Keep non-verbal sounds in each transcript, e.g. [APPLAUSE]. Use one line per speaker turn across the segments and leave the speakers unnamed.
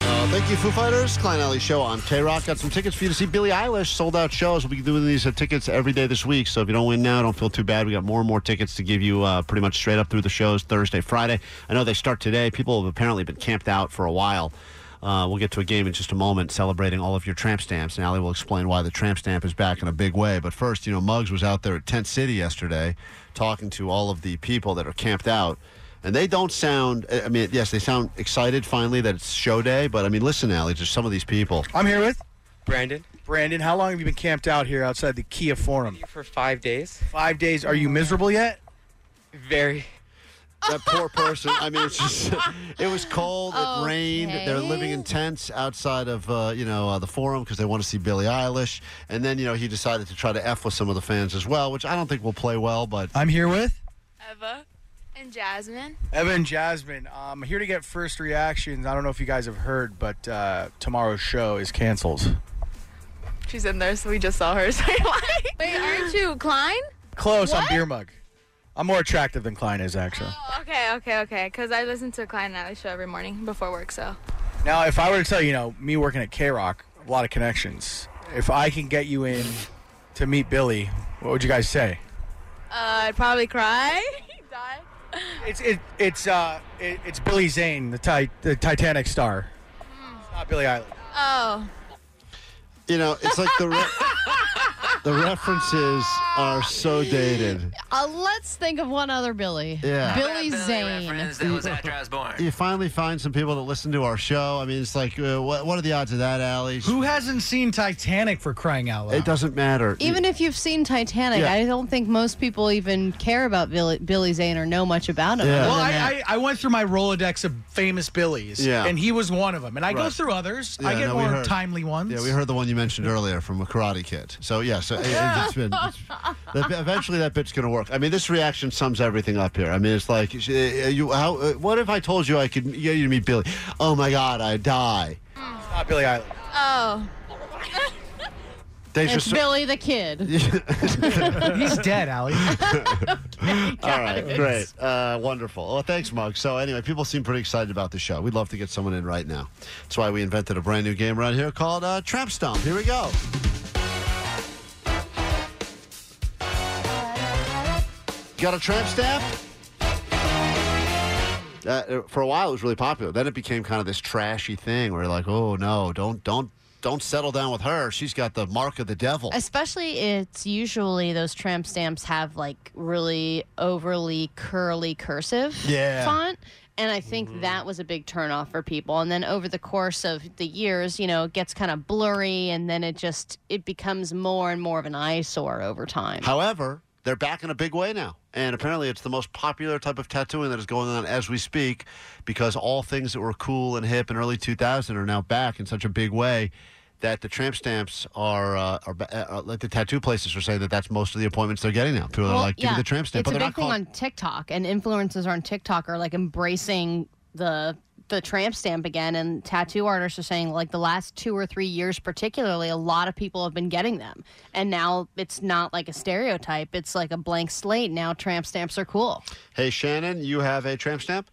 Uh, thank you, Foo Fighters. Klein Alley Show on K Rock. Got some tickets for you to see Billie Eilish. Sold out shows. We'll be doing these uh, tickets every day this week. So if you don't win now, don't feel too bad. We got more and more tickets to give you uh, pretty much straight up through the shows Thursday, Friday. I know they start today. People have apparently been camped out for a while. Uh, we'll get to a game in just a moment celebrating all of your tramp stamps. And Allie will explain why the tramp stamp is back in a big way. But first, you know, Muggs was out there at Tent City yesterday talking to all of the people that are camped out. And they don't sound, I I mean, yes, they sound excited finally that it's show day. But I mean, listen, Allie, just some of these people.
I'm here with
Brandon,
Brandon. How long have you been camped out here outside the Kia Forum?
for five days.
Five days. Are you miserable yet?
Very.
that poor person. I mean, it's just [LAUGHS] it was cold. It rained. They're living in tents outside of uh, you know uh, the forum because they want to see Billie Eilish. And then you know he decided to try to f with some of the fans as well, which I don't think will play well. But
I'm here with
Eva and Jasmine.
Evan Jasmine. Um, here to get first reactions. I don't know if you guys have heard, but uh, tomorrow's show is canceled.
She's in there, so we just saw her. So Wait, aren't you Klein?
Close on beer mug. I'm more attractive than Klein is actually.
Oh, Okay, okay, okay. Because I listen to Klein Alley show every morning before work, so
Now, if I were to tell you, you know, me working at K Rock, a lot of connections. If I can get you in to meet Billy, what would you guys say?
uh, I'd probably [LAUGHS] cry. Die.
It's it, it's uh it, it's Billy Zane, the ti- the Titanic star. It's not Billy Eilish.
Oh,
you know, it's like the re- [LAUGHS] the references are so dated.
Uh, let's think of one other Billy.
Yeah.
Billy Zane.
That was after I was born.
You finally find some people that listen to our show. I mean, it's like uh, what what are the odds of that, Allie?
Who hasn't seen Titanic for crying out loud?
It doesn't matter.
Even if you've seen Titanic,
Yeah.
I don't think most people even care about Billy, Billy Zane or know much about him.
Yeah.
other
Well,
than that.
I, I, I went through my Rolodex of famous Billies,
Yeah.
and he was one of them. And I go
Right.
through others. I
Yeah,
get
no, we
more
heard.
timely ones.
Yeah, we heard the one you mentioned earlier from a Karate Kid. So yeah, so it, has been it's- that- eventually that bit's gonna work. I mean, this reaction sums everything up here. I mean, it's like uh, you. How? uh, What if I told you I could get you to meet Billy? Oh my God, I die.
It's not Billy Eilish.
oh.
They
it's
just
Billy the Kid.
He's dead, Allie.
all right, great, [LAUGHS] uh, wonderful. Well, thanks, Mug. So anyway, people seem pretty excited about the show. We'd love to get someone in right now. That's why we invented a brand new game around here called uh, Trap Stomp. Here we go. Got a tramp stamp? Uh, for a while, it was really popular. Then it became kind of this trashy thing where, you're like, oh no, don't, don't, don't settle down with her. She's got the mark of the devil.
[LAUGHS] Especially, it's usually those tramp stamps have like really overly curly cursive
Yeah.
font. And I think
Mm-hmm.
that was a big turnoff for people. And then over the course of the years, you know, it gets kind of blurry and then it just, it becomes more and more of an eyesore over time.
However, they're back in a big way now. And apparently, it's the most popular type of tattooing that is going on as we speak because all things that were cool and hip in early 2000 are now back in such a big way that the tramp stamps are, uh, are ba- uh, like the tattoo places are saying that that's most of the appointments they're getting now. People are
Well,
like, give me the tramp stamp.
It's
but
a
they're
big
not called.
thing on TikTok, and influencers on TikTok are like embracing the the tramp stamp again. And tattoo artists are saying like the last two or three years, particularly, a lot of people have been getting them, and now it's not like a stereotype; it's like a blank slate. Now tramp stamps are cool.
hey, Shannon, you have a tramp stamp?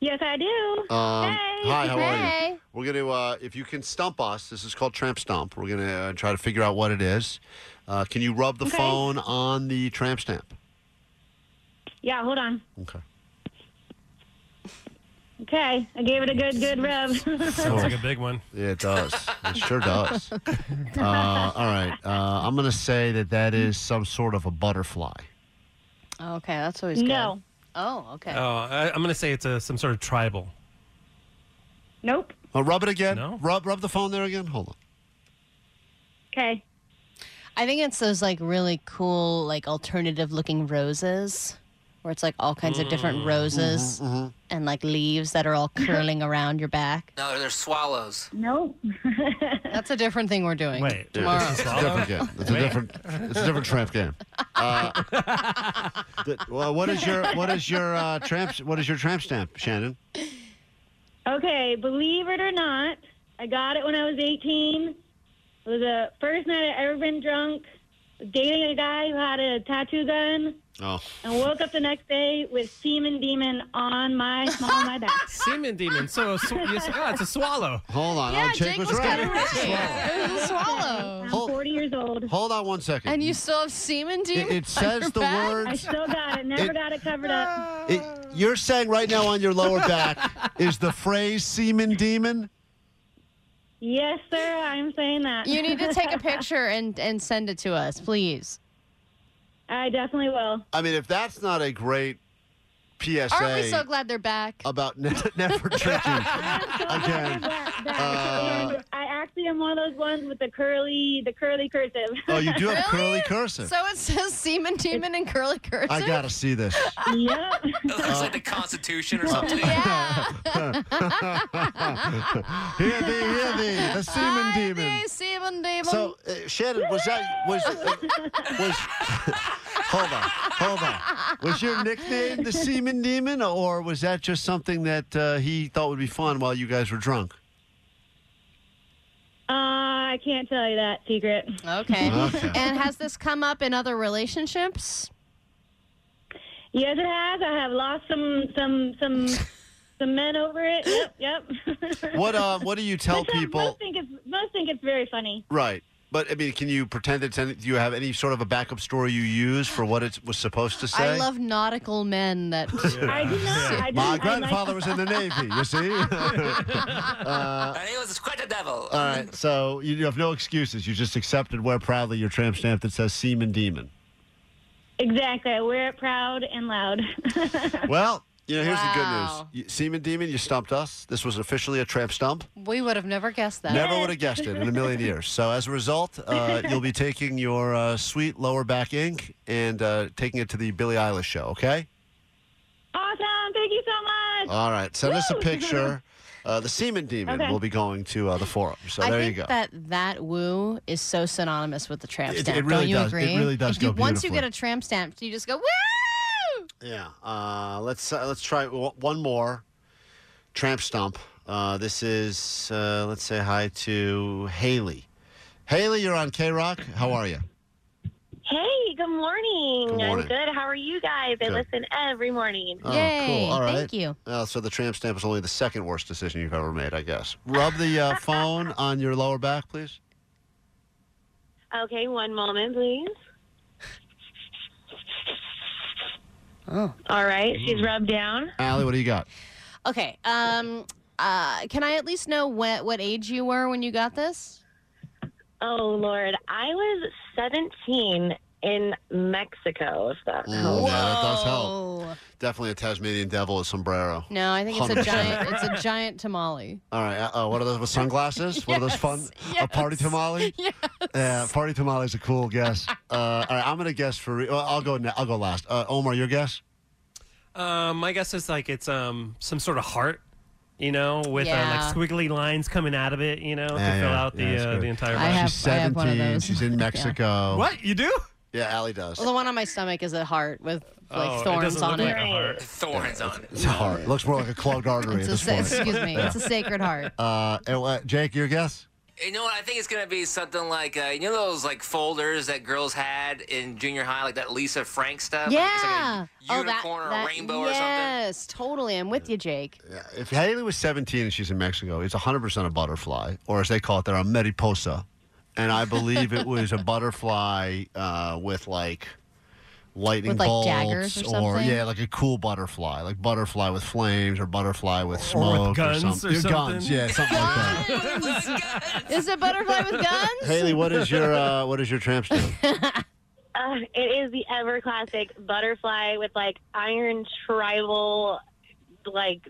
Yes, I do.
Um,
Hey.
Hi, how are you?
Hey.
We're going to, uh, if you can stump us, this is called Tramp Stump. We're going to uh, try to figure out what it is. Uh, can you rub the
Okay.
phone on the tramp stamp?
[LAUGHS] yeah, hold on.
Okay.
Okay, I gave it a good,
[LAUGHS]
good rub.
Sounds like a big one.
Yeah, it does. it sure does. Uh, all right. Uh, I'm going to say that that is some sort of a butterfly.
Okay, that's always
no,
good. Oh, okay.
Oh, I, I'm going to say it's a, some sort of tribal.
nope.
Uh, rub it again.
No?
Rub rub the phone there again. Hold on.
Okay,
I think it's those like really cool, like alternative looking roses. where it's like all kinds of different roses
Mm-hmm.
and like leaves that are all curling around your back.
No, they're swallows.
Nope.
That's a different thing we're doing.
Wait,
tomorrow.
It's a different game. It's a different. It's a different tramp game. Uh, [LAUGHS] the- well, what is your what is your uh, tramp what is your tramp stamp, Shannon?
[LAUGHS] Okay, believe it or not, I got it when I was 18. It was the first night I ever been drunk, dating a guy who had a tattoo gun,
Oh,
and woke up the next day with semen demon
[LAUGHS]
on my on my back.
Semen demon. So, a sw- yes, oh, it's
[LAUGHS]
a swallow.
hold on. oh, Jake, was, right.
It was a swallow.
I'm
Hold-
40 years old.
Hold on one second.
And you still have semen, dude?
it, it says the
I
words.
still
[LAUGHS]
got it. Never
It-
got it
[LAUGHS]
covered up.
It, you're saying right now on your lower back is the phrase "semen demon."
Yes, sir. I'm saying that.
You need
[LAUGHS]
to take a picture and, and send it to us, please.
I definitely will.
I mean, if that's not a great PSA
Aren't we so glad they're back?
about ne- [LAUGHS] never drinking again.
That- that-
Uh,
and I actually am one of those ones with the curly, the curly cursive.
Oh, you do have curly
Really?
cursive.
So it says semen demon and curly cursive.
I gotta see this.
[LAUGHS] yep.
It looks like the Constitution or something.
Yeah.
Hear thee, hear thee,
[LAUGHS]
the semen
Hi,
demon.
the Semen demon.
So, uh, Shannon, was that was uh, was? [LAUGHS] hold on, hold on. Was your nickname the semen demon, or was that just something that uh, he thought would be fun while you guys were drunk?
Uh, I can't tell you that secret.
okay.
Okay.
And has this come up in other relationships?
Yes, it has. I have lost some, some, some, some men over it. Yep,
[LAUGHS]
yep.
What uh, what do you tell
Most-
people?
Most think it's most think it's very funny.
Right. But I mean, can you pretend it's any? Do you have any sort of a backup story you use for what it was supposed to say?
I love nautical men that
I do not. I do,
My
I
grandfather was in the navy. You see.
[LAUGHS]
Uh,
And he was quite a devil.
All right, so you have no excuses. You just accepted, wear proudly your tramp stamp that says "Seaman Demon."
Like, exactly. I wear it proud and loud. [LAUGHS]
Well, you know, here's
Wow.
the good news: you, Seaman Demon, you stumped us. This was officially a tramp stump.
we would have never guessed that.
Never would have guessed it in a million years. So as a result,
[LAUGHS]
uh, you'll be taking your uh, sweet lower back ink and uh, taking it to the Billie Eilish show. Okay.
awesome. Thank you so much.
All right. Send us a picture. Uh, the Seaman Demon
Okay.
will be going to uh, the forum. So
I
there
think
you go.
that that woo is so synonymous with the tramp
It-
stamp.
it really
Don't you
does. It
agree?
really does
If you,
go
once you
beautifully.
get a tramp stamp, you just go woo.
Yeah. Uh, let's uh, let's try o- one more tramp stump. Uh, this is uh, let's say hi to Haley. Haley, you're on K Rock. How are you?
Hey, good morning.
Good morning.
I'm good. How are you guys? I
Good.
listen every morning.
Oh,
Yay!
cool. All right.
Thank you.
Uh, so the tramp stamp is only the second worst decision you've ever made, I guess. Rub the uh, phone on your lower back, please.
Okay, one moment, please.
Oh.
All right,
Mm.
she's rubbed down.
Allie, what do you got?
Okay. Um. Uh. Can I at least know what what age you were when you got this?
Oh Lord, I was 17 in Mexico. If that
Mm, yeah, that does help.
Whoa.
Definitely a Tasmanian devil with sombrero.
No, I think it's a
100%.
giant. It's a giant tamale.
All right. Uh, uh, what are those with sunglasses? What are
[LAUGHS]
those fun?
yes.
A party tamale?
[LAUGHS] Yes.
Yeah, party tamale is a cool guess. Uh, all right, I'm gonna guess for. re- Well, I'll go. Ne- I'll go last. Uh, Omar, your guess?
[LAUGHS] Um, my guess is like it's um some sort of heart, you know, with
Yeah.
uh, like squiggly lines coming out of it, you know,
Yeah,
to fill
yeah.
out the
Yeah, that's
uh,
good.
the
I
entire. body.
have-
She's
I have one of
17.
those. Oh.
She's
[LAUGHS]
in Mexico.
what you do?
Yeah, Allie does.
Well, the one on my stomach is a heart with like
Oh, it
thorns
doesn't
on
look
it.
Like a heart.
Thorns on it.
It's hard. Looks more like a clogged artery
It's
at
a,
this
sa-
point.
[LAUGHS] excuse me. It's a sacred heart.
Uh, and, uh, Jake, your guess?
You know what? I think it's gonna be something like uh, you know those like folders that girls had in junior high, like that Lisa Frank stuff. Like, it's like
yeah. Oh,
a unicorn or a rainbow or something.
Yes, totally. I'm with you, Jake.
Yeah, if Haley was 17 and she's in Mexico, it's 100% a butterfly, or as they call it, there are mariposa. And I believe it
[LAUGHS]
was a butterfly uh, with like lightning
With, like,
bolts,
daggers or something?
yeah, like a cool butterfly, like butterfly with flames or butterfly with
Or with
smoke
guns
something.
or
Yeah, Guns,
something?
yeah, something like that.
Is it butterfly with guns?
Haley, what is your uh, what is your tramp stamp?
Uh, it is the ever classic butterfly with like iron tribal like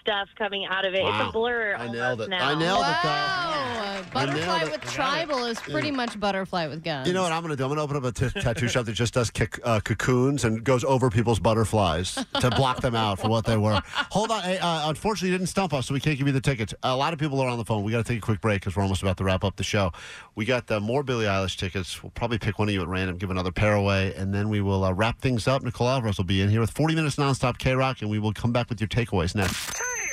stuff coming out of it. It's
Wow.
a blur.
I
almost
nailed it.
Now.
I nailed it, though.
Oh, butterfly
nailed it.
with
You got it.
tribal is pretty much butterfly with guns.
You know what I'm going to do? I'm going to open up a t- tattoo shop that just does kick, uh, cocoons and goes over people's butterflies to block them out for what they were. Hold on. Hey, uh, unfortunately, you didn't stump us, so we can't give you the tickets. A lot of people are on the phone. We got to take a quick break because we're almost about to wrap up the show. We got uh, more Billie Eilish tickets. We'll probably pick one of you at random, give another pair away, and then we will uh, wrap things up. Nicole Alvarez will be in here with 40 minutes nonstop K Rock, and we will come back with your takeaways next.